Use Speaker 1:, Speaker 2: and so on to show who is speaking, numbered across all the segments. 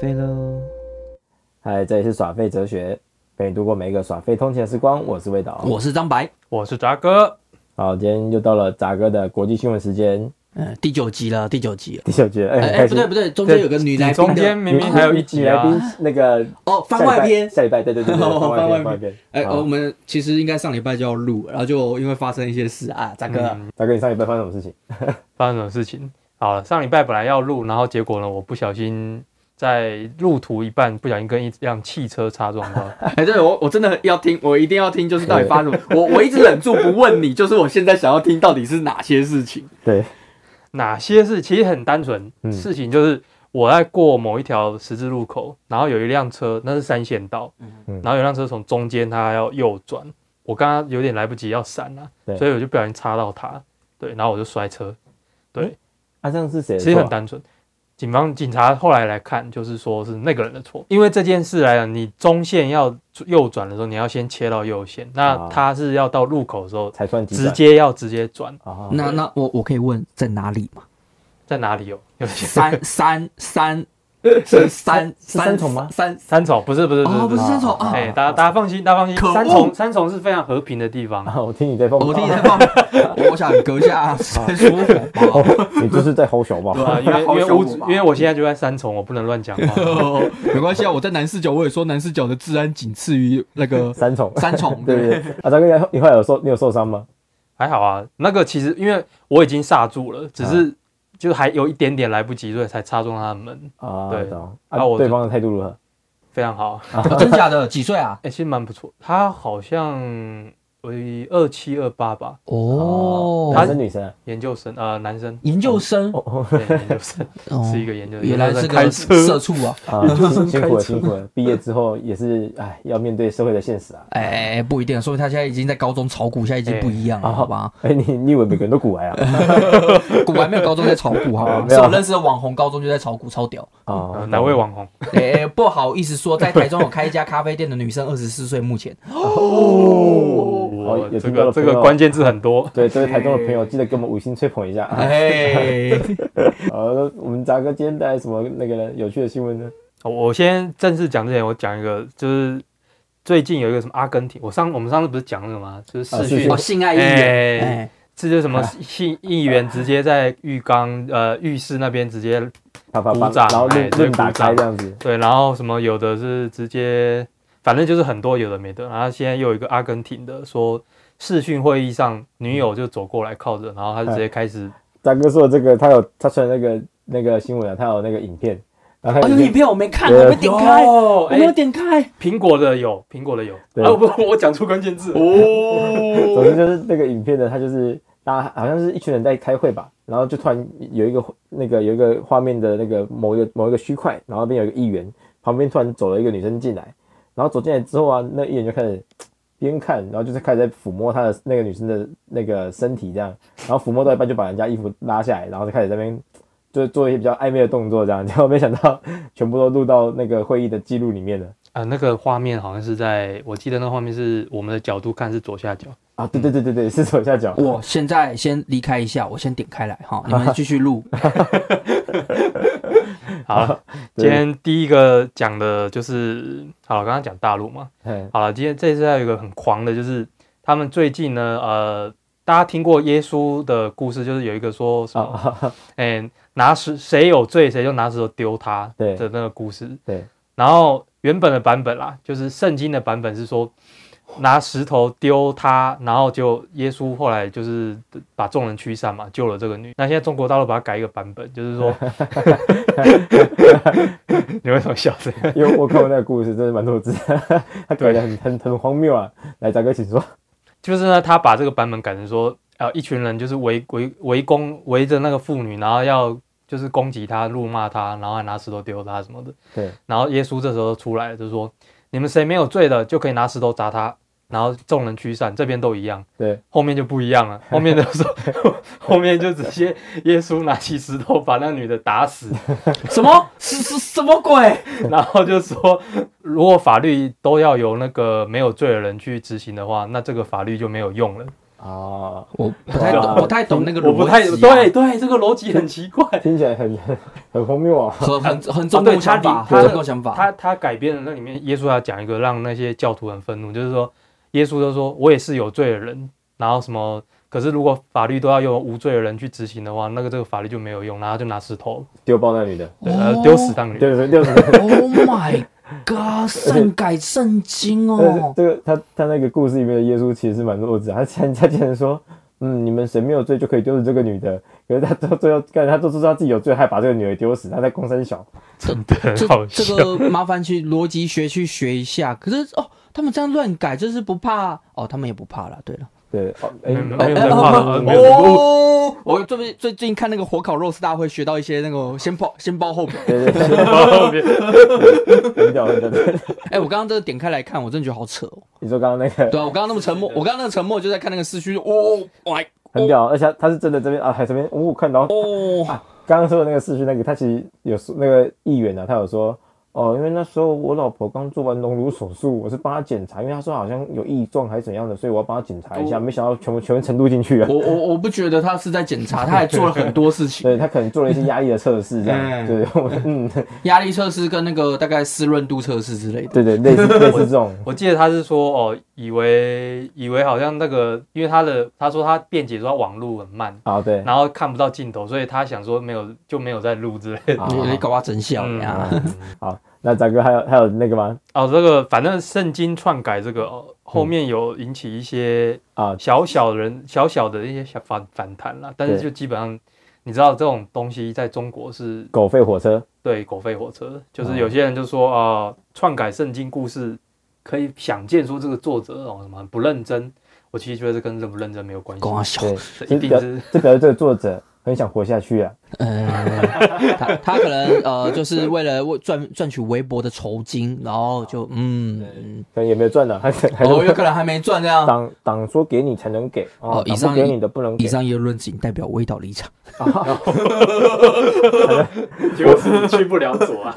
Speaker 1: 费喽。
Speaker 2: 嗨，哎这里是耍废哲学， 陪你度过每一个耍废通勤的时光。我是魏导，
Speaker 1: 我是张白，
Speaker 3: 我是杂哥，
Speaker 2: 好，今天又到了杂哥的国际新闻时间，
Speaker 1: 嗯，第九集了，第九集了。
Speaker 2: 第九集了，哎、
Speaker 1: 哎、
Speaker 2: 很
Speaker 1: 哎
Speaker 2: 开
Speaker 1: 不
Speaker 2: 心
Speaker 1: 对不对，中间有个女来宾
Speaker 3: 中间
Speaker 1: 的哎
Speaker 3: 明明还有一集啊
Speaker 2: 女来宾那个
Speaker 1: 哦，番
Speaker 2: 下礼拜
Speaker 1: 外篇。
Speaker 2: 下礼拜对对对对，番
Speaker 1: 哦
Speaker 2: 外篇，
Speaker 1: 番外篇
Speaker 2: 番外篇。
Speaker 1: 哎、
Speaker 2: 好
Speaker 1: 我们其实应该上礼拜就要录，然后就因为发生一些事啊，张哥，
Speaker 3: 嗯
Speaker 2: 杂哥，你上礼拜发生什么事情？
Speaker 3: 发生什么事情？好了，上礼拜本来要录，然后结果呢，我不小心在路途一半不小心跟一辆汽车擦撞到，
Speaker 1: 哎、对我我真的要听，我一定要听，就是到底发 生什么，我我一直忍住不问你，就是我现在想要听到底是哪些事情。
Speaker 2: 对，
Speaker 3: 哪些事？其实很单纯，
Speaker 2: 嗯
Speaker 3: 事情就是我在过某一条十字路口，然后有一辆车，那是三线道，
Speaker 2: 嗯
Speaker 3: 然后有辆车从中间它要右转，我刚刚有点来不及要闪了、
Speaker 2: 对
Speaker 3: 所以我就不小心擦到它，对，然后我就摔车，
Speaker 2: 啊，这样是谁的
Speaker 3: 其实
Speaker 2: 错
Speaker 3: 很
Speaker 2: 啊？
Speaker 3: 单纯。警方警察后来来看，就是说是那个人的错，因为这件事来讲，你中线要右转的时候，你要先切到右线，那
Speaker 2: 啊
Speaker 3: 他是要到路口的时候，
Speaker 2: 才算急
Speaker 3: 直
Speaker 2: 转
Speaker 3: 接要直接转，
Speaker 2: 啊，
Speaker 1: 那那我我可以问在哪里 吗？
Speaker 3: 在哪里哦 有有些
Speaker 1: 三三三是三
Speaker 2: 是三重吗
Speaker 1: 三
Speaker 3: 三重不是不是不是
Speaker 1: 哦，不是三重
Speaker 2: 啊
Speaker 1: 啊，
Speaker 3: 哎、大家大家放心，大家放心
Speaker 1: 可恶，
Speaker 3: 三重三重是非常和平的 地 方，
Speaker 2: 啊我听你在放，
Speaker 1: 我听你在放，我想阁 下在说谎吧。
Speaker 2: 你就是在吼小吧？
Speaker 1: 对
Speaker 3: 对啊，因为
Speaker 1: 哦好
Speaker 3: 因为
Speaker 1: 小
Speaker 3: 屋
Speaker 1: 我
Speaker 3: 子
Speaker 1: 吧
Speaker 3: 因为我现在就在三重，我不能乱 讲话。
Speaker 1: 没关系啊，我在南四角，我也说南四角的治安仅次于那个
Speaker 2: 三重，
Speaker 1: 三 重，
Speaker 2: 对对对。啊，杂哥，你后来有受你有受伤吗？
Speaker 3: 还好啊，那个其实因为我已经刹住了，只
Speaker 2: 啊
Speaker 3: 是就还有一点点来不及，所以才插中他的门，
Speaker 2: 啊，
Speaker 3: 对
Speaker 2: 懂
Speaker 3: 啊
Speaker 2: 啊，
Speaker 3: 我
Speaker 2: 对方的态度如何？
Speaker 3: 非常好。
Speaker 1: 哦真假的？几岁啊？
Speaker 3: 哎、其实蛮不错。他好像为二七二八吧，
Speaker 1: 哦，，
Speaker 2: 男生女生啊？
Speaker 3: 研究生呃，男生
Speaker 1: 研究生，
Speaker 2: 哦哦
Speaker 3: 对研究 生
Speaker 1: 哦
Speaker 3: 是一个研究生，
Speaker 1: 原来是
Speaker 3: 是
Speaker 1: 个
Speaker 3: 开
Speaker 1: 社
Speaker 3: 车。
Speaker 1: 畜啊！
Speaker 2: 啊， 辛苦了，辛苦了！毕业之后也是，哎，要面对社会的现实啊。
Speaker 1: 哎，不一定，说明他现在已经在高中炒股，现在已经不一样了，
Speaker 2: 哎
Speaker 1: 好吧？
Speaker 2: 哎，你你以为每个人都骨癌 啊？
Speaker 1: 股还没有高中在炒股，好吧？
Speaker 2: 没
Speaker 1: 是
Speaker 2: 有
Speaker 1: 我认识的网红，高中就在炒股，超 屌。
Speaker 3: 呃
Speaker 2: 啊，
Speaker 3: 哪位网红？
Speaker 1: 哎、哎不好意思说，在台中有开一家咖啡店的女生，二十四岁，目前
Speaker 2: 哦
Speaker 3: 我
Speaker 2: 有
Speaker 3: 这
Speaker 2: 听到
Speaker 3: 个
Speaker 2: 的
Speaker 3: 这
Speaker 2: 朋友
Speaker 3: 个关键字很多。
Speaker 2: 对，这位台中的朋友，记得给我们五星吹捧一下。啊
Speaker 1: 哎，
Speaker 2: 好，那我们杂哥今天带来什么那个呢有趣的新闻呢？
Speaker 3: 我哦我先正式讲之前，我讲一个，就是最近有一个什么阿根廷，我上我们上次不是讲那个吗？就是
Speaker 2: 啊
Speaker 3: 视
Speaker 2: 视
Speaker 3: 讯
Speaker 2: 讯啊
Speaker 1: 哦，性爱意愿，哎、
Speaker 3: 哎，这就是什么议议员直接在浴缸呃浴室那边直接
Speaker 2: 啪啪啪
Speaker 3: 鼓掌，
Speaker 2: 然后
Speaker 3: 哎
Speaker 2: 论
Speaker 3: 对
Speaker 2: 论打
Speaker 3: 鼓掌
Speaker 2: 开这样子。
Speaker 3: 对，然后什么有的是直接，反正就是很多有的没的。然后现在又有一个阿根廷的说，视讯会议上女友就走过来靠着，然后他就直
Speaker 2: 嗯
Speaker 3: 接开始，
Speaker 2: 杂哥说这个，他有他传那个那个新闻啊，他有那个影片，然后
Speaker 1: 哦，
Speaker 2: 他
Speaker 1: 有影
Speaker 2: 影片
Speaker 1: 片我没看，
Speaker 2: 哎对
Speaker 1: 我没点开，
Speaker 3: 哦
Speaker 1: 我没有
Speaker 3: 哎，
Speaker 1: 点开。
Speaker 3: 苹果的有，苹果的有，
Speaker 2: 对
Speaker 3: 啊，不，我讲出关键字
Speaker 2: 总
Speaker 3: 哦，
Speaker 2: 之就是那个影片呢，它就是大家好像是一群人在开会吧，然后就突然有一个那个有一个画面的那个某一个某一个区块，然后那边有一个议员，旁边突然走了一个女生进来，然后走进来之后啊，那议员就开始边看，然后啊就是开始在抚摸她的那个女生的那个身体这样，然后抚摸到一半就把人家衣服拉下来，然后就开始在那边。就做一些比较暧昧的动作，这样，结果没想到全部都录到那个会议的记录里面了
Speaker 3: 啊，那个画面好像是在，我记得那画面是我们的角度看是左下角，
Speaker 2: 啊！对对对对对，是左下角。
Speaker 1: 我现在先离开一下，我先点开来 哈，你们继续录。
Speaker 3: 好了，
Speaker 2: 对
Speaker 3: 今天第一个讲的就是，好了，刚刚讲大陆嘛，
Speaker 2: 嘿
Speaker 3: 好了，今天这次还有一个很狂的，就是他们最近呢，呃，大家听过耶稣的故事，就是有一个说什
Speaker 2: 啊
Speaker 3: 么，
Speaker 2: 啊，啊
Speaker 3: 哎、拿石谁有罪谁就拿石头丢他
Speaker 2: 对
Speaker 3: 的那个故事。
Speaker 2: 对，
Speaker 3: 然后原本的版本啦，就是圣经的版本是说拿石头丢他，然后就耶稣后来就是把众人驱散嘛，救了这个女。那现在中国大陆把它改一个版本，就是说， 你为什么笑这样？
Speaker 2: 因为我看过那个故事，真的蛮多字， 他改的很很很荒谬啊。来，大哥请说。
Speaker 3: 就是呢，他把这个版本改成说，呃，一群人就是围围围攻围着那个妇女，然后要就是攻击她、辱骂她，然后还拿石头丢她什么的。
Speaker 2: 对，
Speaker 3: 然后耶稣这时候出来了，就说：“你们谁没有罪的，就可以拿石头砸他。”然后众人驱散，这边都一样，
Speaker 2: 对，
Speaker 3: 后面就不一样了。后面就说， 后面就直接耶稣拿起石头把那女的打死，
Speaker 1: 什么？是是什么鬼？
Speaker 3: 然后就说，如果法律都要由那个没有罪的人去执行的话，那这个法律就没有用了。
Speaker 2: 啊，
Speaker 1: 我不太懂，
Speaker 2: 哇
Speaker 1: 不太懂那个
Speaker 3: 我不
Speaker 1: 逻
Speaker 3: 太
Speaker 1: 辑、啊，
Speaker 3: 对对，这个逻辑很奇怪。
Speaker 2: 听起来很很荒谬啊！
Speaker 1: 很很很
Speaker 3: 啊
Speaker 1: 中
Speaker 3: 对
Speaker 1: 共
Speaker 3: 他
Speaker 1: 想法，
Speaker 3: 他
Speaker 1: 很
Speaker 3: 的
Speaker 1: 中共想法，
Speaker 3: 他他改编了那里面，耶稣要讲一个让那些教徒很愤怒，就是说耶稣就说我也是有罪的人，然后什么，可是如果法律都要用无罪的人去执行的话，那个这个法律就没有用，然后他就拿石头，
Speaker 2: 丢爆那女的，
Speaker 3: 对，
Speaker 1: 哦
Speaker 3: 然后丢死当女的。
Speaker 2: 丢丢丢死。
Speaker 1: Oh my god！圣改圣经
Speaker 2: 但是
Speaker 1: 哦，
Speaker 2: 这个他他那个故事里面的耶稣其实是蛮弱智啊，他竟他竟然说，嗯，你们谁没有罪就可以丢死这个女的，可是他到最后，干他都知道自己有罪，还把这个女的丢死，他在公山小，
Speaker 1: 这
Speaker 3: 好
Speaker 1: 这个麻烦去逻辑学去学一下。可是哦，他们这样乱改，就是不怕哦，他们也不怕了。对了，
Speaker 2: 对，哦，哎、
Speaker 3: 没有
Speaker 2: 哎
Speaker 3: 没
Speaker 2: 哎
Speaker 3: 有在怕
Speaker 2: 哎
Speaker 3: 的
Speaker 2: 哎
Speaker 3: 没有
Speaker 1: 哦，我最近最近看那个火烤肉丝大会，学到一些那个先包先包后 包。
Speaker 2: 对对对， 很屌很屌。
Speaker 1: 哎，我刚刚这个点开来看，我真的觉得好扯哦。
Speaker 2: 你说刚刚那个
Speaker 1: 对啊，我刚刚那么沉默，我刚刚那个沉默就在看那个思绪。哦，哇
Speaker 2: 很屌，而且他他是真的这边啊，还这边呜、看到
Speaker 1: 哦，
Speaker 2: 刚刚说的那个视讯那个，他其实有说那个议员啊，他有说哦，因为那时候我老婆刚做完隆乳手术，我是帮她检查，因为她说好像有异状还是怎样的，所以我要帮她检查一下，
Speaker 1: 哦
Speaker 2: 没想到全部全部程度进去了啊
Speaker 1: 我。我我不觉得他是在检查，他还做了很多事情，
Speaker 2: 对他可能做了一些压力的测试，这样，
Speaker 1: 嗯
Speaker 2: 对，我嗯，
Speaker 1: 压力测试跟那个大概湿润度测试之类的。
Speaker 2: 对对，类似类似这种，
Speaker 3: 我记得他是说哦，以为以为好像那个，因为他的他说他辩解说他网路很慢，
Speaker 2: 啊，对，
Speaker 3: 然后看不到尽头，所以他想说没有就没有在录之类的。
Speaker 2: 啊
Speaker 1: 你你啊搞我真笑
Speaker 3: 嗯
Speaker 1: 呀！
Speaker 2: 好，那展哥还有还有那个吗？
Speaker 3: 哦，这个反正圣经篡改这个、哦、后面有引起一些
Speaker 2: 嗯啊
Speaker 3: 小小人小小的一些小反反弹啦，但是
Speaker 2: 对
Speaker 3: 就基本上你知道这种东西在中国是
Speaker 2: 狗吠火车，
Speaker 3: 对狗吠火车，就是
Speaker 2: 哦
Speaker 3: 有些人就说啊、呃篡改圣经故事可以想见说这个作者哦什么很不认真，我其实觉得这跟认不认真没有关系
Speaker 1: 跟，我笑。
Speaker 2: 对，
Speaker 3: 这
Speaker 2: 其实
Speaker 3: 一定
Speaker 2: 表
Speaker 3: 是
Speaker 2: 这表示这个作者很想活下去啊，
Speaker 1: 呃，他他可能呃，就是为了为赚赚取微薄的酬金，然后就嗯，
Speaker 2: 可能也没有赚到，还是还
Speaker 1: 哦，有
Speaker 2: 是
Speaker 1: 可能还没 赚这样。
Speaker 2: 党党说给你才能给啊
Speaker 1: 哦，以
Speaker 2: 党
Speaker 1: 上
Speaker 2: 不给你的不能给
Speaker 1: 以，上言论仅代表微岛立场。
Speaker 3: 结果是去不了左啊。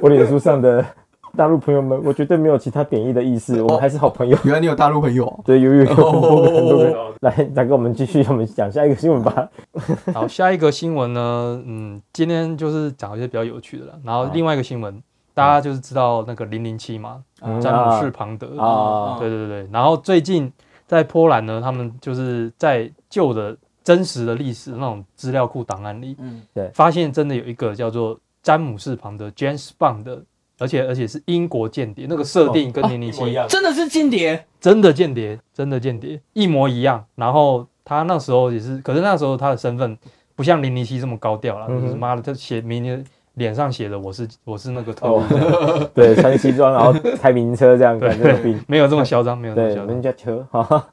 Speaker 2: 我脸书上的 大陆朋友们，我绝对没有其他贬义的意
Speaker 3: 哦
Speaker 2: 思，我们还是好朋友。
Speaker 1: 原来你有大陆朋友，
Speaker 2: 对，有有有很多个很多个，
Speaker 3: 哦
Speaker 2: 来，展哥，我们继续，我们讲下一个新闻吧。
Speaker 3: 好，下一个新闻呢，嗯，今天就是讲一些比较有趣的了。然
Speaker 2: 哦
Speaker 3: 后另外一个新闻，大家就是知道那个零零七嘛，
Speaker 2: 嗯
Speaker 3: 詹姆士庞德
Speaker 2: 啊
Speaker 1: 啊
Speaker 3: 对对对。然后最近在波兰呢，他们就是在旧的真实的历史那种资料库档案里，
Speaker 1: 嗯，
Speaker 3: 发现真的有一个叫做詹姆士庞德 （James Bond） 的，而且而且是英国间谍，那个设
Speaker 2: 哦
Speaker 3: 定跟零零七
Speaker 1: 真的是间 谍，
Speaker 3: 真的间谍，真的间谍，一模一样。然后他那时候也是，可是那时候他的身份不像零零七这么高调了，
Speaker 2: 嗯哼
Speaker 3: 就是妈的，他写明天脸上写的我是我是那个特务
Speaker 2: 哦，，对，穿西装，然后开名车这样，
Speaker 3: 对
Speaker 2: 感觉 很病。
Speaker 3: 没有这么嚣张，没有这么
Speaker 2: 对，
Speaker 3: 嚣张
Speaker 2: 人。家车，哈哈，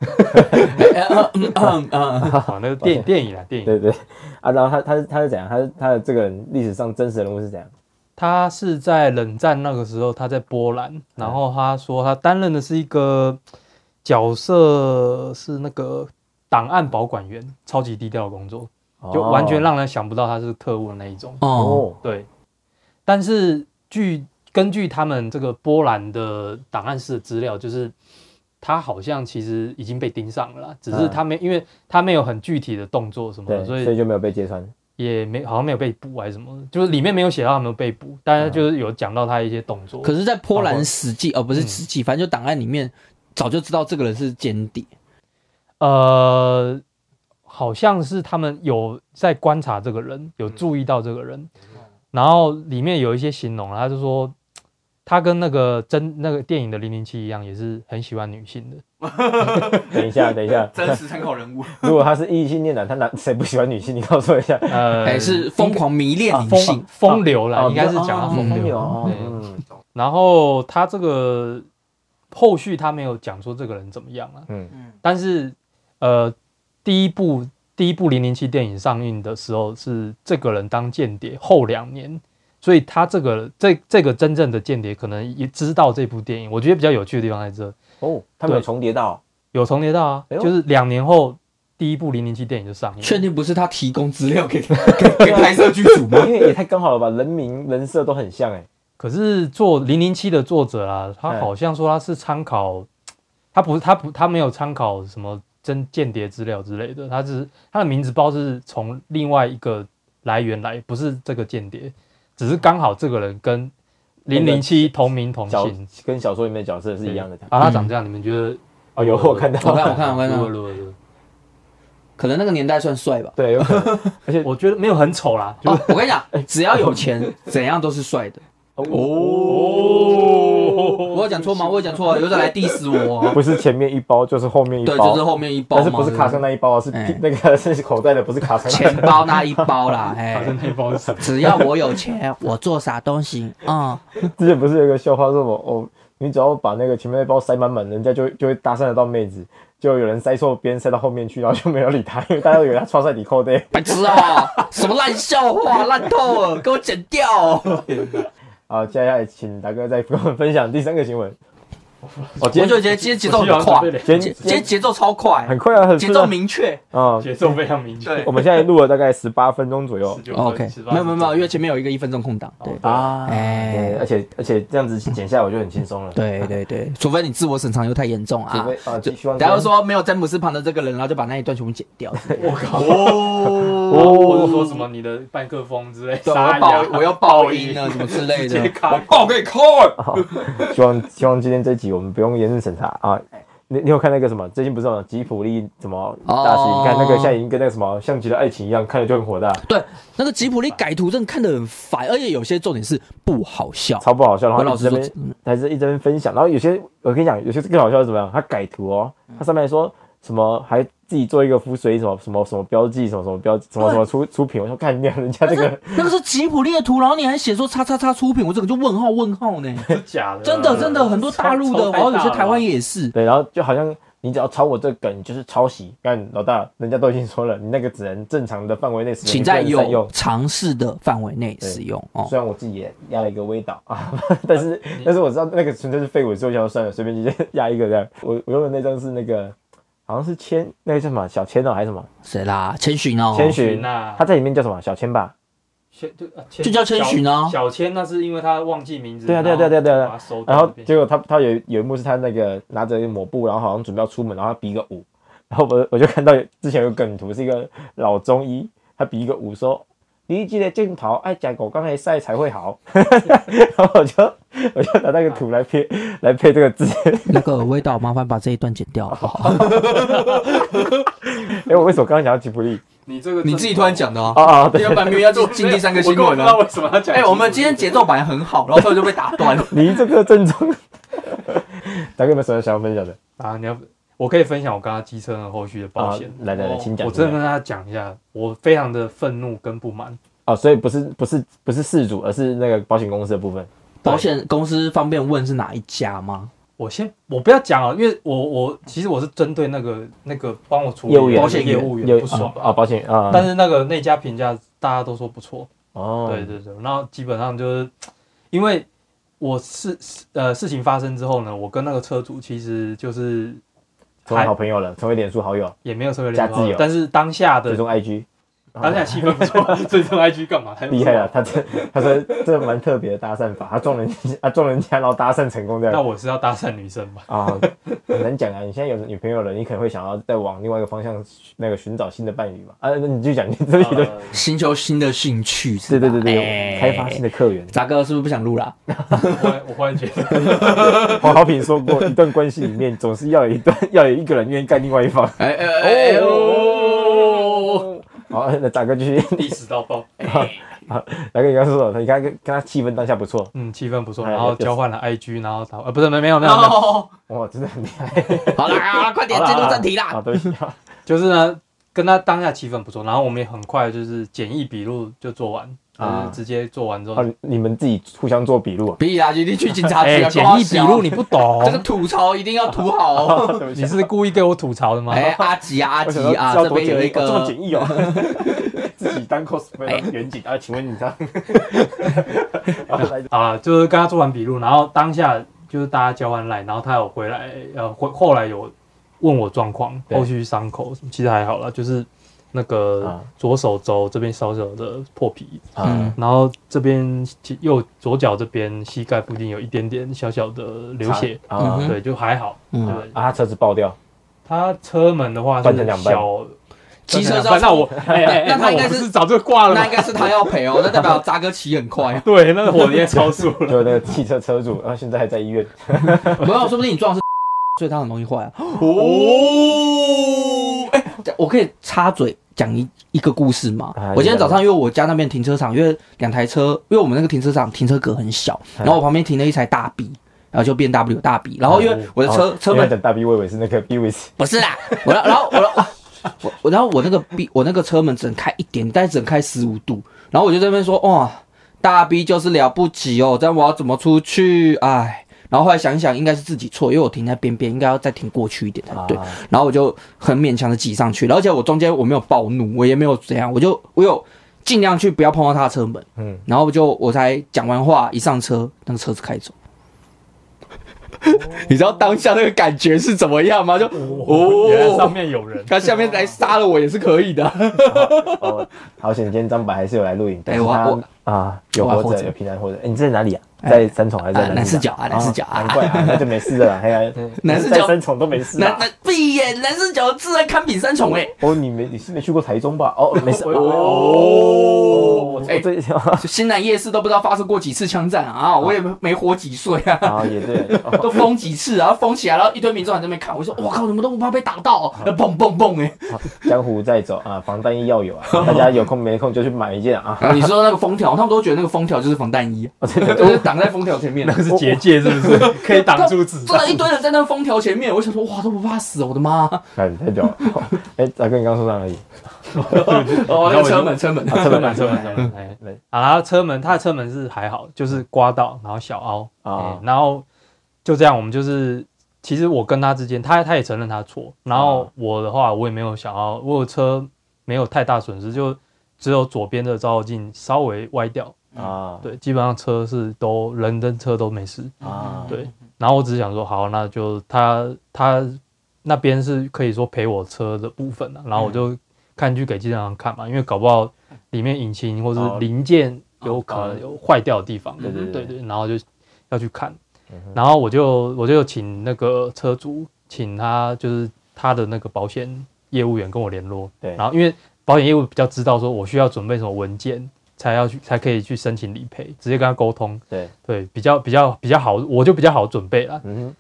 Speaker 1: 呃嗯
Speaker 3: 好，那个电电影啦，电影，
Speaker 2: 对对啊，然后他他是他是怎样？他是他的这个人历史上真实人物是怎样？
Speaker 3: 他是在冷战那个时候，他在波兰，然后他说他担任的是一个角色是那个档案保管员，超级低调的工作，就完全让人想不到他是特务的那一种。
Speaker 1: 哦，
Speaker 2: 哦，
Speaker 3: 对，但是据根据他们这个波兰的档案室的资料，就是他好像其实已经被盯上了啦，只是他没，因为他没有很具体的动作什么
Speaker 2: 对，
Speaker 3: 的，
Speaker 2: 所
Speaker 3: 哦所
Speaker 2: 以
Speaker 3: 以
Speaker 2: 就没有被揭穿。
Speaker 3: 也没好像没有被捕还是什么，就是里面没有写到他有没有被捕，但是就是有讲到他一些动作。
Speaker 1: 可
Speaker 3: 是
Speaker 1: 是，在波兰史记，哦，不是史记，反正就档案里面早就知道这个人是间谍。
Speaker 3: 呃，好像是他们有在观察这个人，有注意到这个人，然后里面有一些形容啊，他就说。他跟那个真那个电影的零零七一样，也是很喜欢女性的。
Speaker 2: 等一下，等一下，
Speaker 1: 真实参考人物，
Speaker 2: 如果他是异性恋男，他哪谁不喜欢女性？你告诉我一下。
Speaker 3: 呃，
Speaker 1: 还哎是疯狂迷恋
Speaker 3: 啊
Speaker 1: 女
Speaker 3: 风
Speaker 1: 性，
Speaker 3: 风流啦，
Speaker 2: 哦
Speaker 3: 应该是讲到
Speaker 1: 哦
Speaker 3: 风
Speaker 2: 风
Speaker 3: 流。
Speaker 2: 流哦
Speaker 3: 对
Speaker 2: 嗯
Speaker 3: 然后他这个后续他没有讲说这个人怎么样啊，
Speaker 2: 嗯
Speaker 3: 但是呃，第一部第一部零零七电影上映的时候是这个人当间谍后两年，所以他这个这这个真正的间谍可能也知道这部电影。我觉得比较有趣的地方在这，
Speaker 2: 哦，他们有
Speaker 3: 对
Speaker 2: 重叠到
Speaker 3: 有重叠到啊，
Speaker 2: 哎呦
Speaker 3: 就是两年后第一部零零七电影就上映了。
Speaker 1: 确定不是他提供资 料给给给拍摄剧组吗？
Speaker 2: 因为也太刚好了吧，人名人设都很像哎、
Speaker 3: 可是做零零七的作者啊，他
Speaker 2: 哎
Speaker 3: 好像说他是参考，他不是他不他没有参考什么真间谍资料之类的，他只是他的名字包是从另外一个来源来，不是这个间谍，只是刚好这个人跟零零七同名同
Speaker 2: 角
Speaker 3: 姓
Speaker 2: 跟小说里面的角色是一样的。
Speaker 3: 啊，他长这样，你们觉得？
Speaker 2: 哦，有我看到，
Speaker 1: 我看我啊看我看
Speaker 3: 如何
Speaker 1: 到，
Speaker 3: 如何如何
Speaker 1: 可能那个年代算帅吧。
Speaker 2: 对，有可能
Speaker 3: 我觉得没有很丑啦，就
Speaker 1: 哦，我跟你讲，
Speaker 2: 哎
Speaker 1: 只要有钱， 怎样都是帅的。
Speaker 4: 哦，
Speaker 1: 我有讲错吗？我有讲错啊，有种来 diss 我哦。
Speaker 2: 不是前面一包就是后面一
Speaker 1: 对，
Speaker 2: 包，
Speaker 1: 就是后面 一包嘛，
Speaker 2: 但是不是卡上那一包啊，是
Speaker 1: 哎
Speaker 2: 屁那个 是口袋的，不是卡上那一
Speaker 1: 钱包那一包啦，哎
Speaker 3: 反，正那包是什么
Speaker 1: 只要我有钱，我做啥都行啊。
Speaker 2: 包。 之前不是有一个笑话说我哦，你只要把那个前面那包塞满满，人家就就会搭讪得到妹子。就有人塞错边，塞到后面去，然后就没有理他，因为大家都以为他穿在你口袋。
Speaker 1: 白痴哦，什么烂笑话，烂透了，给我剪掉哦。
Speaker 2: 好，接下来请达哥再跟我们分享第三个新闻。 哦
Speaker 3: 我
Speaker 1: 我就觉得今天节奏很快，
Speaker 2: 今
Speaker 1: 节
Speaker 2: 天
Speaker 1: 今天节奏超快，
Speaker 2: 很快啊，很
Speaker 1: 节奏明确。
Speaker 2: 啊、
Speaker 3: 节奏非常明确。
Speaker 1: 对，哦
Speaker 2: 我们现在录了大概十八分钟左右
Speaker 3: 19分
Speaker 1: OK，
Speaker 3: 18
Speaker 1: 没有没有没有，因为前面有一个一分钟空档。对
Speaker 3: 哦
Speaker 2: 啊
Speaker 1: 哎
Speaker 2: 对，而且而且这样子剪下来我就很轻松了。
Speaker 1: 对对对，除非你自我审查又太严重
Speaker 2: 准
Speaker 1: 啊
Speaker 2: 备。啊，
Speaker 1: 就
Speaker 2: 希望
Speaker 1: 然后说没有詹姆斯旁的这个人，然后就把那一段全部剪掉。
Speaker 3: 我 靠，
Speaker 4: 哦，
Speaker 3: 或者说什么你的麦克风之类，
Speaker 1: 对，我
Speaker 3: 沙
Speaker 1: 要
Speaker 3: 哑
Speaker 1: 爆，我要爆音啊，什么之类
Speaker 3: 直
Speaker 1: 的
Speaker 3: 接。卡
Speaker 1: 我爆给你看！
Speaker 2: 希望希望今天这集我们不用严正审查啊。你你有看那个什么？最近不是有吉普力什么大师？
Speaker 1: 哦
Speaker 2: 你看那个现在已经跟那个什么像极了爱情一样，看着就很火大，
Speaker 1: 对，那个吉普力改图真的看得很烦，而且有些重点是不好笑。
Speaker 2: 超不好笑。然后
Speaker 1: 我老
Speaker 2: 一直在
Speaker 1: 实
Speaker 2: 那
Speaker 1: 说
Speaker 2: 边，还是一直在那边分享。然后有些我跟你讲，有些更好笑是怎么样？他改图哦，他上面还说什么还自己做一个浮水什么什么什么标记，什么什么标记，什么什么出出品。我说看你看人家这个
Speaker 1: 那个是吉普力的图，然后你还写说叉叉叉出品，我整个就问号问号 呢。
Speaker 3: 是假的啊，
Speaker 1: 真的真的很多大陆的，
Speaker 3: 超
Speaker 1: 然后有些台湾，
Speaker 3: 超太大了
Speaker 1: 也是。
Speaker 2: 对，然后就好像你只要抄我这个梗，你就是抄袭。但老大，人家都已经说了，你那个只能正常的范围内使用，
Speaker 1: 请
Speaker 2: 你不
Speaker 1: 在
Speaker 2: 能善
Speaker 1: 有
Speaker 2: 用。
Speaker 1: 尝试的范围内使用哦。
Speaker 2: 虽然我自己也压了一个微导啊， 但是但是我知道那个纯粹是废物，所以我想说算了，随便直接压一个这样。我我用的那张是那个好像是千，那个叫什么小千哦，还是什么
Speaker 1: 谁啦？千寻哦，
Speaker 2: 千
Speaker 3: 千
Speaker 2: 寻
Speaker 3: 寻啊
Speaker 2: 他在里面叫什么小千吧？
Speaker 3: 千就啊
Speaker 1: 就叫千寻啊
Speaker 3: 小小千那是因为他忘记名字，
Speaker 2: 对啊对啊对啊对啊对啊
Speaker 3: 把它收掉
Speaker 2: 然后
Speaker 3: 变
Speaker 2: 结果他他有有一幕是他那个拿着抹布，然后好像准备要出门，然后他比一个舞， 然后我我就看到有之前有个梗图是一个老中医，他比一个舞说。你记得镜头哎爱讲狗刚才晒才会好， 然后我就我就拿那个图来配来配这个字，
Speaker 1: 那个味道，麻烦把这一段剪掉，好不好？
Speaker 2: 哎、我为什么刚刚讲到吉卜力
Speaker 3: 你这个
Speaker 1: 你自己突然讲 的啊，
Speaker 2: 啊啊？对，
Speaker 1: 要不然明明要进进第三个新
Speaker 3: 我
Speaker 1: 闻
Speaker 3: 根本不知道
Speaker 1: 了。
Speaker 3: 为什么要讲。
Speaker 1: 哎，我们今天节奏本来很好，然后突然就被打断了。
Speaker 2: 离这个正宗。 大哥有没有什么想要分享的？
Speaker 3: 啊，你要我可以分享我跟他机车的后续的保险
Speaker 2: 啊。来来来
Speaker 3: 哦
Speaker 2: 请讲
Speaker 3: 我真的跟大家讲一下，我非常的愤怒跟不满。
Speaker 2: 哦，所以不是不是不是事主，而是那个保险公司的部分。
Speaker 1: 保险公司方便问是哪一家吗？
Speaker 3: 我先我不要讲了，因为我我其实我是针对那个那个帮我处理
Speaker 2: 业务员
Speaker 3: 保险业务员不爽
Speaker 2: 啊、啊保险啊，
Speaker 3: 但是那个那家评价大家都说不错，
Speaker 2: 哦，
Speaker 3: 对对对，然后基本上就是因为我事呃事情发生之后呢，我跟那个车主其实就是
Speaker 2: 成为好朋友了，成为脸书好友，
Speaker 3: 也没有特别
Speaker 2: 加自由
Speaker 3: 但是当下
Speaker 2: 最
Speaker 3: 的
Speaker 2: 终 IG，
Speaker 3: 当下气氛不错， 最终 IG 干嘛？
Speaker 2: 哦厉害啊了，他这他说这蛮特别的搭讪法，他撞人家啊撞人家，然后搭讪成功这
Speaker 3: 那
Speaker 2: 样。
Speaker 3: 我是要搭讪女生吧？
Speaker 2: 啊，很难讲啊！你现在有女朋友了，你可能会想要再往另外一个方向那个寻找新的伴侣嘛？啊，那你就讲你自己的，
Speaker 3: 呃
Speaker 1: 寻求新的兴趣
Speaker 2: 对
Speaker 1: 是吧，
Speaker 2: 对对对，
Speaker 1: 哎
Speaker 2: 开发新。的客源。
Speaker 1: 杂哥是不是不想录啦？
Speaker 3: 我忽然我忽然觉得，
Speaker 2: 黄哦好平说过，一段关系里面总是要有一段， 要有一个人愿意干另外一方。
Speaker 1: 哎哎哎哎哦！
Speaker 2: 哦，好，那大哥继续，
Speaker 3: 历史到 爆，
Speaker 2: 大哥你刚说什么？你看跟跟他气氛当下不错，
Speaker 3: 嗯，气氛不错，
Speaker 2: 哎
Speaker 3: 然后
Speaker 2: 就是
Speaker 3: 交换了 IG，然后打，呃，不是，没没有没有没有，
Speaker 1: 哦
Speaker 2: 哇，真的很厉害。
Speaker 1: 好啦，好啦快点进入正题啦
Speaker 2: 好，。对不起啊，
Speaker 3: 就是呢，跟他当下气氛不错，然后我们也很快就是简易笔录就做完，
Speaker 2: 啊
Speaker 3: 就是直接做完之后
Speaker 2: 好，，你们自己互相做笔录啊。
Speaker 1: 比啦，一定去警察局
Speaker 3: 哎，
Speaker 1: 啊！
Speaker 3: 简易笔录你不
Speaker 1: 这个
Speaker 3: 懂，
Speaker 1: 吐槽一定要吐好 哦。
Speaker 2: 对不起
Speaker 3: 你是故意给我吐槽的吗？
Speaker 1: 哎，阿吉啊，阿
Speaker 2: 我想
Speaker 1: 吉
Speaker 2: 说
Speaker 1: 啊，
Speaker 2: 要
Speaker 1: 这
Speaker 2: 多
Speaker 1: 边
Speaker 2: 简
Speaker 1: 有一
Speaker 2: 易哦这么
Speaker 1: 个哎
Speaker 2: 简易哦， 自己当 cosplay 当远景啊？请问你这样？好来
Speaker 3: 啊，就是跟他做完笔录，然后当下就是大家交换赖，然后他有回来，呃，后后来有问我状况，
Speaker 2: 对
Speaker 3: 后续伤口什么其实还好啦，就是那个
Speaker 2: 啊
Speaker 3: 左手肘这边小小的破皮，
Speaker 1: 嗯
Speaker 2: 啊，
Speaker 3: 然后这边其右左脚这边膝盖附近有一点点小小的流血，
Speaker 2: 啊
Speaker 1: 嗯哼
Speaker 3: 对，就还好，对
Speaker 1: 嗯
Speaker 3: 不对
Speaker 2: 啊，他车子爆掉
Speaker 3: 他车门的话
Speaker 2: 换成
Speaker 3: 是
Speaker 2: 两半
Speaker 3: 小，
Speaker 1: 机车是要
Speaker 3: 半那我哎哎，
Speaker 1: 那
Speaker 3: 哎
Speaker 1: 那他
Speaker 3: 那
Speaker 1: 应
Speaker 3: 我
Speaker 1: 该
Speaker 3: 不
Speaker 1: 是
Speaker 3: 是早就挂了
Speaker 1: 那
Speaker 3: 吗。
Speaker 1: 应？该是他要赔哦，那代表扎哥骑很快啊
Speaker 3: 对，那我应该超速 了。
Speaker 2: 就那个汽车车主，然后现在还在医院。
Speaker 1: 没有，说不定你撞的是， 所以他很容易坏啊。
Speaker 4: 哦，哎、
Speaker 1: 我可以插嘴讲一一个故事吗
Speaker 2: 啊？
Speaker 1: 我今天早上因为我家那边停车场，因为两台车，因为我们那个停车场停车格很小，然后我旁边停了一台大 B，然后就变 W 大 B，然后因为我的车
Speaker 2: 哦
Speaker 1: 车
Speaker 2: 原来
Speaker 1: 门
Speaker 2: 讲大 B 我以为是那个 B w i s
Speaker 1: 不是啦，我然后然后我我我然后我那个 B 我那个车门只能开一点，但只能开十五度，然后我就在那边说哇，大 B 就是了不起哦，这样我要怎么出去？哎。然后后来想一想，应该是自己错，因为我停在边边，应该要再停过去一点才对。
Speaker 2: 啊
Speaker 1: 然后我就很勉强的挤上去，而且我中间我没有暴怒，我也没有怎样，我就我有尽量去不要碰到他的车门。
Speaker 2: 嗯
Speaker 1: 嗯，然后我就我才讲完话，一上车，那个车子 开走。
Speaker 4: 你知道当下那个感觉是怎么样吗？就
Speaker 3: 原来上
Speaker 4: 哦，
Speaker 3: 面有人，
Speaker 4: 他下面来杀了我也是可以的。
Speaker 2: 哦，好险，今天张白还是有来录影，但是
Speaker 1: 哎我
Speaker 2: 他啊有
Speaker 1: 我还
Speaker 2: 活
Speaker 1: 活
Speaker 2: 着，
Speaker 1: 着
Speaker 2: 有平安活着。哎，你在哪里啊？
Speaker 1: 哎
Speaker 2: 在三重还是在
Speaker 1: 啊
Speaker 2: 哪里？
Speaker 1: 南四角啊南四角啊
Speaker 2: 难怪啊，那就没事了啦。哎呀，
Speaker 1: 南四角
Speaker 2: 在三重都没事
Speaker 1: 男
Speaker 2: 啊。
Speaker 1: 男闭眼，男生角自然堪比三重哎、
Speaker 2: 哦，你没你是没去过台中吧？哦， 没事。
Speaker 4: 哦
Speaker 2: 哦，
Speaker 4: 哎、
Speaker 2: 哎，这
Speaker 1: 就新南夜市都不知道发生过几次枪战啊啊！我也没没活几岁啊，
Speaker 2: 啊也对，哦
Speaker 1: 都封几次啊，封起来，然后一堆民众在那边看，我说我靠，你们都不怕被打到、哦？那蹦蹦蹦哎、
Speaker 2: 江湖再走啊，防弹衣要有啊，大家有空没空就去买一件啊。
Speaker 1: 啊你说那个封条，他们都觉得那个封条就是防弹衣，啊
Speaker 2: 哦真的
Speaker 1: 就是挡在封条前面
Speaker 3: 那。个是结界是不是？ 可以挡住子
Speaker 1: 真
Speaker 3: 弹。
Speaker 1: 的，一堆人在那封条前面，我想说，哇，都不怕死，我的妈！
Speaker 2: 哎，太屌了！ 哎，大哥，你刚说啥而已？
Speaker 1: 哦， 那个车门，车门，
Speaker 3: 车门，车门，车门。 哎
Speaker 2: 对，
Speaker 3: 好啦，车门，它的车门是还好，就是刮到，然后小凹
Speaker 2: 啊
Speaker 3: 哎然后就这样，我们就是，其实我跟他之间，他他也承认他错，然后我的话，我也没有想要，我有车没有太大损失，就只有左边的照后镜稍微歪掉，
Speaker 2: 啊，
Speaker 3: 对，基本上车是都人跟车都没事，
Speaker 2: 啊，
Speaker 3: 对，然后我只是想说，好，那就他他那边是可以说赔我车的部分了、然后我就
Speaker 2: 嗯
Speaker 3: 看去给机长看嘛，因为搞不好里面引擎或
Speaker 2: 哦
Speaker 3: 是零件有可
Speaker 2: 哦
Speaker 3: 能有坏掉的地方，
Speaker 2: 对对对
Speaker 3: 对然后就要去看，
Speaker 2: 嗯
Speaker 3: 然后我就我就请那个车主，请他就是他的那个保险业务员跟我联络，
Speaker 2: 对
Speaker 3: 然后因为保险业务比较知道说我需要准备什么文件。才要去，才可以去申请理赔，直接跟他沟通，
Speaker 2: 对，
Speaker 3: 对，比较比较比较好，我就比较好准备了。
Speaker 2: 嗯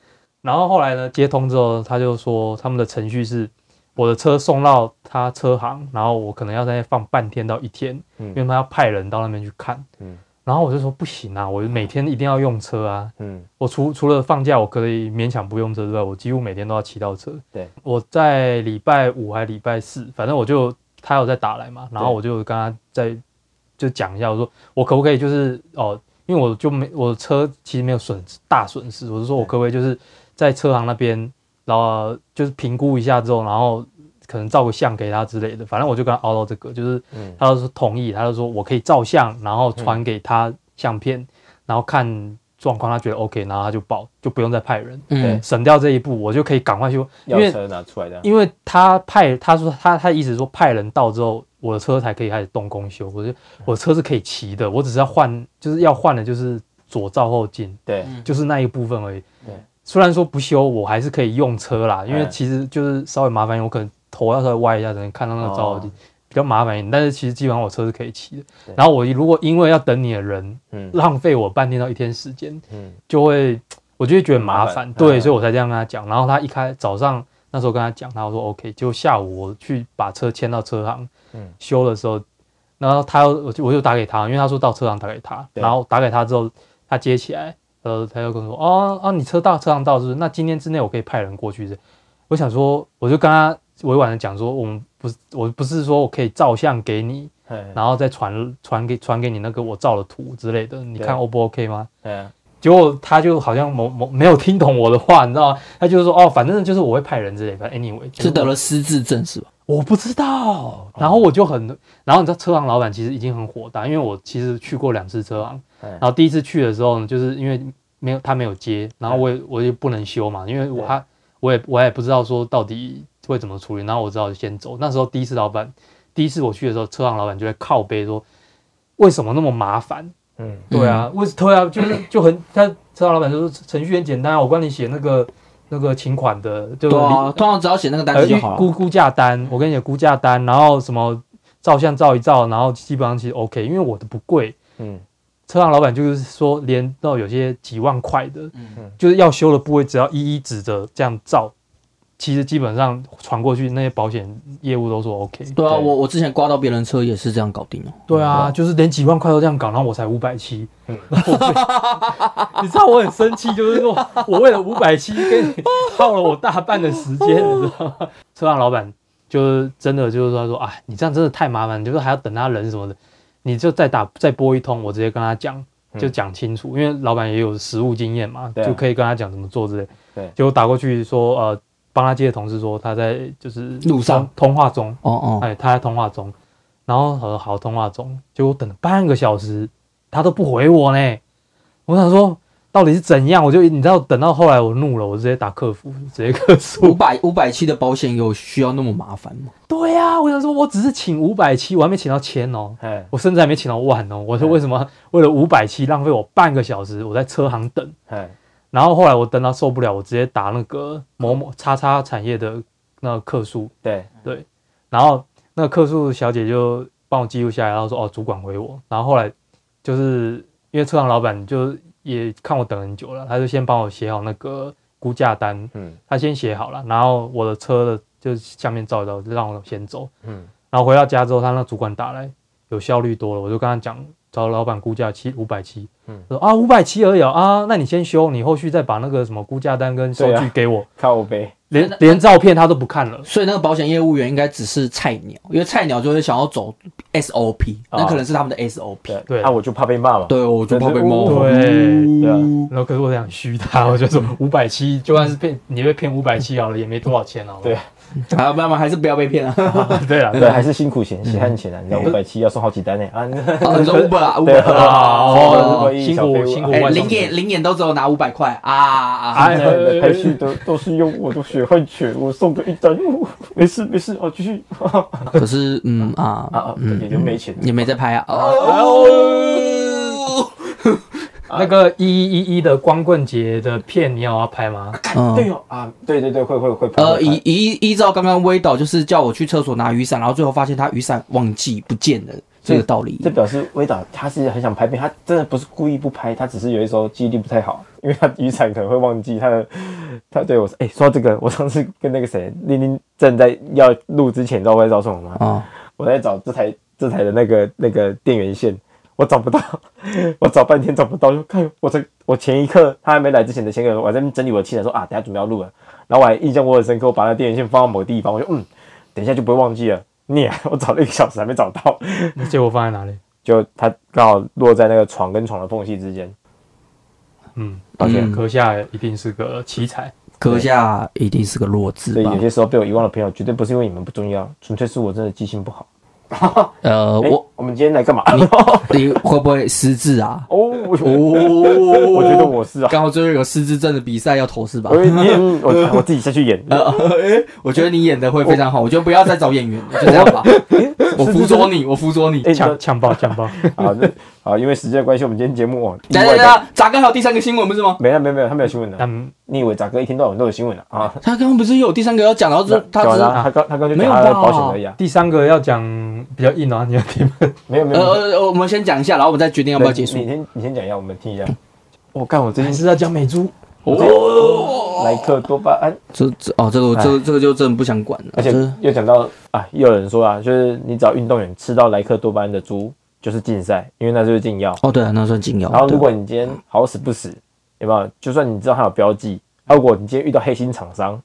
Speaker 3: 然后后来呢，接通之后，他就说他们的程序是我的车送到他车行，然后我可能要在那放半天到一天，
Speaker 2: 嗯
Speaker 3: 因为他要派人到那边去看。
Speaker 2: 嗯
Speaker 3: 然后我就说不行啊，我每天一定要用车啊。
Speaker 2: 嗯
Speaker 3: 我除除了放假我可以勉强不用车之外，我几乎每天都要骑到车。
Speaker 2: 对，
Speaker 3: 我在礼拜五还礼拜四，反正我就他有在打来嘛，然后我就跟他在就讲一下，我说我可不可以就是哦，因为我就没我车其实没有损大损失，我是说我可不可以就是在车行那边，然后就是评估一下之后，然后可能照个相给他之类的，反正我就跟他熬到这个，就是
Speaker 2: 嗯
Speaker 3: 他就说同意，他就说我可以照相，然后传给他相片，然后看状况，他觉得 OK，然后他就报，就不用再派人，
Speaker 1: 嗯，
Speaker 3: 省掉这一步，我就可以赶快去，因
Speaker 2: 要
Speaker 3: 为
Speaker 2: 车拿出来的，
Speaker 3: 因为他派他说他他一直说派人到之后，我的车才可以开始动工修，
Speaker 2: 嗯
Speaker 3: 我就我车是可以骑的，我只是要换，就是要换的就是左照后镜，
Speaker 2: 对，
Speaker 1: 嗯
Speaker 3: 就是那一部分而已
Speaker 2: 嗯对。
Speaker 3: 虽然说不修，我还是可以用车啦，因为
Speaker 2: 嗯
Speaker 3: 其实就是稍微麻烦一点，我可能头要稍微歪一下才能看到那个照
Speaker 2: 哦
Speaker 3: 后镜，比较麻烦一点。但是其实基本上我车是可以骑
Speaker 2: 对
Speaker 3: 的。然后我如果因为要等你的人，
Speaker 2: 嗯
Speaker 3: 浪费我半天到一天时间，
Speaker 2: 嗯
Speaker 3: 就会我就会觉得麻
Speaker 2: 麻烦
Speaker 3: 烦，
Speaker 2: 嗯
Speaker 3: 对，所以我才这样跟他讲。然后他一开早上那时候跟他讲，他说 OK，结果下午我去把车牵到车行，
Speaker 2: 嗯
Speaker 3: 修的时候，然后他我就我就打给他，因为他说到车行打给他，
Speaker 2: 对
Speaker 3: 然后打给他之后，他接起来，呃，他就跟我说，哦啊，你车到车上到是不是？那今天之内我可以派人过去的。我想说，我就跟他委婉的讲说，我们不是我不是说我可以照相给你，
Speaker 2: 嗯，
Speaker 3: 然后再传传给传给你那个我照的图之类的，你
Speaker 2: 对
Speaker 3: 看 O 不 OK 吗？
Speaker 2: 嗯
Speaker 3: 结果他就好像某某没有听懂我的话，你知道吗？他就说哦，反正就是我会派人之类的，反正 anyway，
Speaker 1: 是得了失智症是吧？
Speaker 3: 我不知道。然后我就很，然后你知道车行老板其实已经很火大，因为我其实去过两次车行，
Speaker 2: 嗯
Speaker 3: 然后第一次去的时候呢，就是因为没有他没有接，然后我也我也不能修嘛，因为我他我也我也不知道说到底会怎么处理，然后我只好先走。那时候第一次老板，第一次我去的时候，车行老板就在靠背说，为什么那么麻烦？
Speaker 2: 嗯
Speaker 3: 对啊，为对啊，就是就很他车行老板就说程序很简单啊，我帮你写那个那个请款的，就是
Speaker 1: 对啊，
Speaker 3: 理
Speaker 1: 通常只要写那个单
Speaker 3: 呃
Speaker 1: 子就好了。
Speaker 3: 估估价单，我跟你讲估价单，然后什么照相照一照，然后基本上其实 OK，因为我的不贵。
Speaker 2: 嗯，
Speaker 3: 车行老板就是说，连到有些几万块的，
Speaker 1: 嗯
Speaker 3: 就是要修的部位，只要一一指着这样照，其实基本上传过去那些保险业务都说 OK。
Speaker 1: 对啊，
Speaker 2: 对
Speaker 1: 我我之前刮到别人车也是这样搞定哦。
Speaker 3: 对啊，就是连几万块都这样搞，然后我才五百七
Speaker 2: 嗯，
Speaker 3: 然后我被 你知道我很生气，就是说我为了五百七跟你耗了我大半的时 间，你知道吗？车上老板就是真的就是说他说啊，你这样真的太麻烦，就是还要等他人什么的，你就再打再拨一通，我直接跟他讲，就讲清楚，因为老板也有实务经验嘛，
Speaker 2: 嗯对啊
Speaker 3: 就可以跟他讲怎么做之类。
Speaker 2: 对
Speaker 3: 结果打过去说呃，帮他接的同事说他在就是
Speaker 1: 路上
Speaker 3: 通通话中，
Speaker 1: 哦哦，
Speaker 3: 哎，他在通话中，然后和好通话中，结果等了半个小时，他都不回我呢。我想说，到底是怎样？我就你知道，等到后来我怒了，我直接打客服，直接客
Speaker 1: 五
Speaker 3: 诉。
Speaker 1: 百五百七的保险有需要那么麻烦吗？
Speaker 3: 对呀、我想说，我只是请五百七，我还没请到千哦，
Speaker 2: 哎
Speaker 3: 我甚至还没请到万哦。我说为什么为了五百七浪费我半个小时？我在车行等，
Speaker 2: 哎，
Speaker 3: 然后后来我等到受不了，我直接打那个某某叉叉产业的那个客诉，
Speaker 2: 对，
Speaker 3: 然后那个客诉小姐就帮我记录下来，然后说哦，主管回我。然后后来就是因为车行老板就也看我等很久了，他就先帮我写好那个估价单，
Speaker 2: 嗯
Speaker 3: 他先写好了，然后我的车的就下面照一照，就让我先走。
Speaker 2: 嗯
Speaker 3: 然后回到家之后，他那主管打来，有效率多了，我就跟他讲找老板估价七五百七，
Speaker 2: 嗯
Speaker 3: 他说啊五百七而已哦啊，那你先修，你后续再把那个什么估价单跟收
Speaker 2: 对啊
Speaker 3: 据给我，
Speaker 2: 靠背，
Speaker 3: 连连照片他都不看了。
Speaker 1: 所以那个保险业务员应该只是菜鸟，因为菜鸟就会想要走 SOP，
Speaker 2: 啊
Speaker 1: 那可能是他们的 SOP。
Speaker 2: 对
Speaker 3: 对
Speaker 2: 啊，我就怕被骂嘛，
Speaker 1: 对，我就怕被
Speaker 2: 但是
Speaker 1: 摸。嗯
Speaker 2: 我
Speaker 3: 对
Speaker 2: 对啊
Speaker 3: 然后可是我想虚他，我就说五百七，就算是骗你被骗五百七好了，也没多少钱好了。
Speaker 2: 对
Speaker 1: 啊，不然还是不要被骗 啊！
Speaker 3: 对啊，
Speaker 2: 对，还是辛苦钱，血汗钱啊，
Speaker 3: 嗯
Speaker 2: 你知道五百七要送好几单呢啊，那
Speaker 1: 啊你说 Uber 啊
Speaker 2: 对
Speaker 1: Uber
Speaker 2: 啊
Speaker 1: 啊
Speaker 3: 哦
Speaker 1: 哦，
Speaker 2: 所以
Speaker 3: 辛
Speaker 2: 小废
Speaker 3: 苦
Speaker 2: 物
Speaker 3: 辛苦
Speaker 1: 哎，
Speaker 3: 万
Speaker 1: 零
Speaker 3: 点
Speaker 1: 眼零眼都只有拿五百块啊啊！
Speaker 3: 哎
Speaker 2: 你的排序都都是用我的血汗钱，我送的一单，哦 没事没事啊，继续 啊
Speaker 1: 可是嗯啊
Speaker 2: 啊，也就没钱，
Speaker 1: 也没在拍啊。
Speaker 3: 哦哎那个一一一一的光棍节的片，你有要拍吗？
Speaker 2: 对
Speaker 1: 嗯，
Speaker 2: 哦啊，对对对，会会会，
Speaker 1: 呃，
Speaker 2: 会
Speaker 1: 依依依照刚刚微导就是叫我去厕所拿雨伞，然后最后发现他雨伞忘记不见了，这个道理
Speaker 2: 这。表示威导他是很想拍片，他真的不是故意不拍，他只是有一时候记忆力不太好，因为他雨伞可能会忘记他的。他对我说：“哎、说到这个，我上次跟那个谁林林正在要录之前，你知道我在找什么吗？
Speaker 1: 啊，
Speaker 2: 我在找这台这台的那个那个电源线，我找不到， 我找半天找不到，就看我这我前一刻他还没来之前的前一刻，我还在那边整理我的器材说啊，等一下准备要录了，然后我还印象我很深刻，我把那电源线放到某个地方，我就嗯，等一下就不会忘记了。你、我找了一个小时还没找到，
Speaker 3: 结果放在哪里？
Speaker 2: 就它刚好落在那个床跟床的缝隙之间。
Speaker 3: 嗯，
Speaker 2: 抱歉
Speaker 1: 嗯哎
Speaker 3: 阁下一定是个奇才。
Speaker 1: 阁下一定是个弱智
Speaker 2: 所以
Speaker 1: 吧
Speaker 2: 有？些时候被我遗忘的朋友，绝对不是因为你们不重要，纯粹是我真的记性不好。
Speaker 1: 呃，
Speaker 2: 诶
Speaker 1: 我
Speaker 2: 我们今天来干嘛？
Speaker 1: 你
Speaker 2: 哎
Speaker 1: 会不会失智啊？
Speaker 2: 哦，我
Speaker 1: 哦
Speaker 2: 我觉得我是啊，
Speaker 1: 刚好最后有失智症的比赛要投是吧
Speaker 2: 我？以为你嗯我我自己下去演。
Speaker 1: 呃， 哎我觉得你演的会非常好，我觉得不要再找演员，就这样 吧。我辅佐你，我辅佐你。
Speaker 2: 哎，你
Speaker 3: 呛
Speaker 2: 说
Speaker 3: 呛爆呛爆！
Speaker 2: 好，那好，因为时间的关系，我们今天节目哦，意
Speaker 1: 等一下
Speaker 2: 外
Speaker 1: 等一
Speaker 2: 的
Speaker 1: 下，杂哥还有第三个新闻不是吗？
Speaker 2: 没了没有没有，他没有新闻的。
Speaker 3: 但
Speaker 2: 你以为杂哥一天到晚都有新闻的啊？
Speaker 1: 他刚刚不是有第三个要讲，然后就他
Speaker 2: 讲完
Speaker 1: 只是
Speaker 2: 了啊他刚他刚就讲他
Speaker 1: 没
Speaker 2: 的
Speaker 1: 有吧
Speaker 2: 保险而已啊，
Speaker 3: 第三个要讲比较硬啊，你要听吗？
Speaker 2: 没有没
Speaker 1: 呃
Speaker 2: 有。没有
Speaker 1: 呃，我们先讲一下，然后我们再决定要不要结束
Speaker 2: 你。你先你先讲一下，我们听一下。我干，我最
Speaker 3: 还
Speaker 2: 近
Speaker 3: 是要讲美珠？
Speaker 2: 莱克多巴胺。
Speaker 1: 这这哦，这个我这个这个就真的不想管了。
Speaker 2: 而且
Speaker 1: 这
Speaker 2: 又讲到啊，又有人说啊，就是你只要运动员吃到莱克多巴胺的猪，就是禁赛，因为那就是禁药。
Speaker 1: 哦，对啊，那算禁药。
Speaker 2: 然后
Speaker 1: 对
Speaker 2: 如果你今天好死不死，有没有？就算你知道它有标记，啊如果你今天遇到黑心厂商，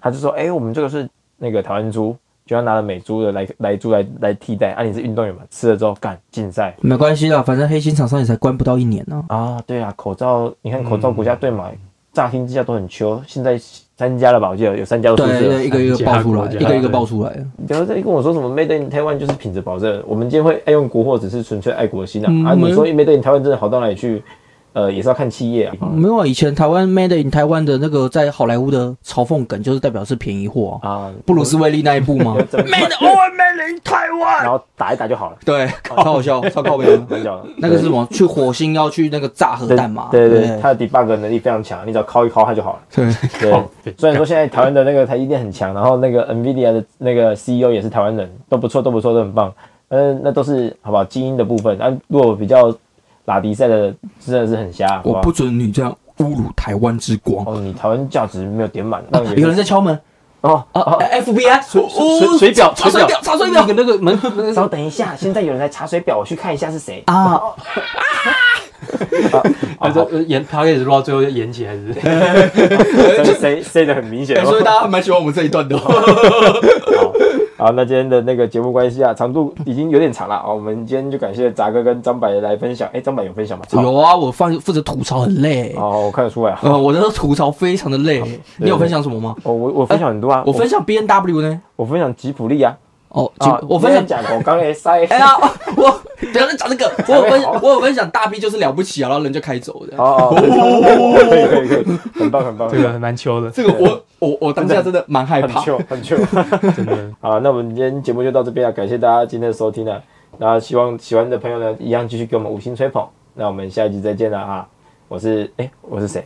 Speaker 2: 他就说，哎、我们这个是那个台湾猪，就要拿了美猪的来来猪来来替代，啊，你是运动员嘛，吃了之后干禁赛
Speaker 1: 没关系啦，反正黑心厂商也才关不到一年呢、
Speaker 2: 啊，对啊，口罩，你看口罩国家队嘛，乍听之下都很秋，现在三家了吧？我记得有三家都出
Speaker 1: 对
Speaker 2: 事了
Speaker 1: 对，。一个一个爆出来，
Speaker 3: 加
Speaker 1: 一个一个爆出来。
Speaker 2: 不要再跟我说什么 Made in Taiwan 就是品质保证。我们今天会爱用国货，只是纯粹爱国心啊！
Speaker 1: 嗯
Speaker 2: 啊，
Speaker 1: 没
Speaker 2: 你说 Made in Taiwan 真的好到哪里去？呃，也是要看企业啊。
Speaker 1: 没有啊，以前台湾 Made in 台湾的那个在好莱坞的嘲讽梗，就是代表是便宜货、啊。
Speaker 2: 啊，
Speaker 1: 布鲁斯威利那一部吗？Made all Made in 台湾。
Speaker 2: 然后打一打就好了，
Speaker 1: 对，超好笑，超靠背的。
Speaker 2: 很屌了。
Speaker 1: 那个是什么？去火星要去那个炸核
Speaker 2: 对
Speaker 1: 弹嘛？
Speaker 2: 对对，它的 debug 能力非常强，你只要敲一敲它就好 了。
Speaker 1: 对，
Speaker 3: 靠
Speaker 2: 对，虽然说现在台湾的那个台积电很强，然后那个 NVIDIA 的那个 CEO 也是台湾人，都不错，都不错，都很棒。但是那都是好不好基因的部分。那、如果比较拉迪赛的，真的是很瞎，好不
Speaker 1: 我
Speaker 2: 好？
Speaker 1: 不准你这样侮辱台湾之光。
Speaker 2: 哦，你台湾价值没有点满，那
Speaker 1: 有
Speaker 2: 你
Speaker 1: 人在敲门
Speaker 2: 哦，
Speaker 1: 啊！FBI，
Speaker 4: 水水表
Speaker 1: 查
Speaker 4: 水
Speaker 1: 水
Speaker 4: 表
Speaker 1: 表，查水表
Speaker 3: 那个那个门那个
Speaker 2: 稍等一下，现在有人来查水表，我去看一下是谁。
Speaker 1: 啊！
Speaker 3: 啊，
Speaker 2: 哦
Speaker 3: 这呃演 p a c a 录到最后就演起来是不是？
Speaker 2: 谁
Speaker 1: 呃
Speaker 2: 谁谁的很明显
Speaker 4: 哎，
Speaker 2: 哦
Speaker 4: 所以。大家还蛮喜欢我们这一段的哦。
Speaker 2: 好，那今天的那个节目关系啊，长度已经有点长了啊、哦。我们今天就感谢杂哥跟张柏来分享。哎，张柏有分享吗？
Speaker 1: 有啊，我放负责吐槽很累。
Speaker 2: 哦，我看得出 来啊。
Speaker 1: 呃，我的吐槽非常的累。你有分享什么吗？
Speaker 2: 哦，我我分享很多啊，
Speaker 1: 哎我分享 B N W 呢？
Speaker 2: 我分享吉普力啊，
Speaker 1: 哦，
Speaker 2: 啊，
Speaker 1: 我分享
Speaker 2: 你在讲我刚才塞，
Speaker 1: 哎呀，我不要再讲这个，我有分
Speaker 2: 还没好
Speaker 1: 我有分享大 B 就是了不起啊，然后人就开走的。
Speaker 2: 哦，哦可以可以可以，很棒很棒，
Speaker 3: 这个还蛮秋的，
Speaker 4: 这个我我我当下真的蛮害
Speaker 2: 很
Speaker 4: 怕。
Speaker 2: 秀很秀。
Speaker 3: 真的。
Speaker 2: 好，那我们今天节目就到这边啊，感谢大家今天的收听啊，那希望喜欢的朋友呢，一样继续给我们五星吹捧。那我们下一集再见了啊！我是哎，我是谁？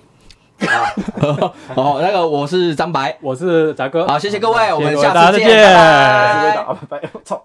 Speaker 1: 好，哦那个我是张白，
Speaker 3: 我是杂哥，
Speaker 1: 啊好，谢谢各位，我
Speaker 3: 谢谢
Speaker 1: 们
Speaker 3: 各位
Speaker 1: 下
Speaker 3: 大家
Speaker 1: 次
Speaker 3: 再
Speaker 1: 见，
Speaker 3: 见
Speaker 1: 拜拜
Speaker 2: 我打，拜拜，我操！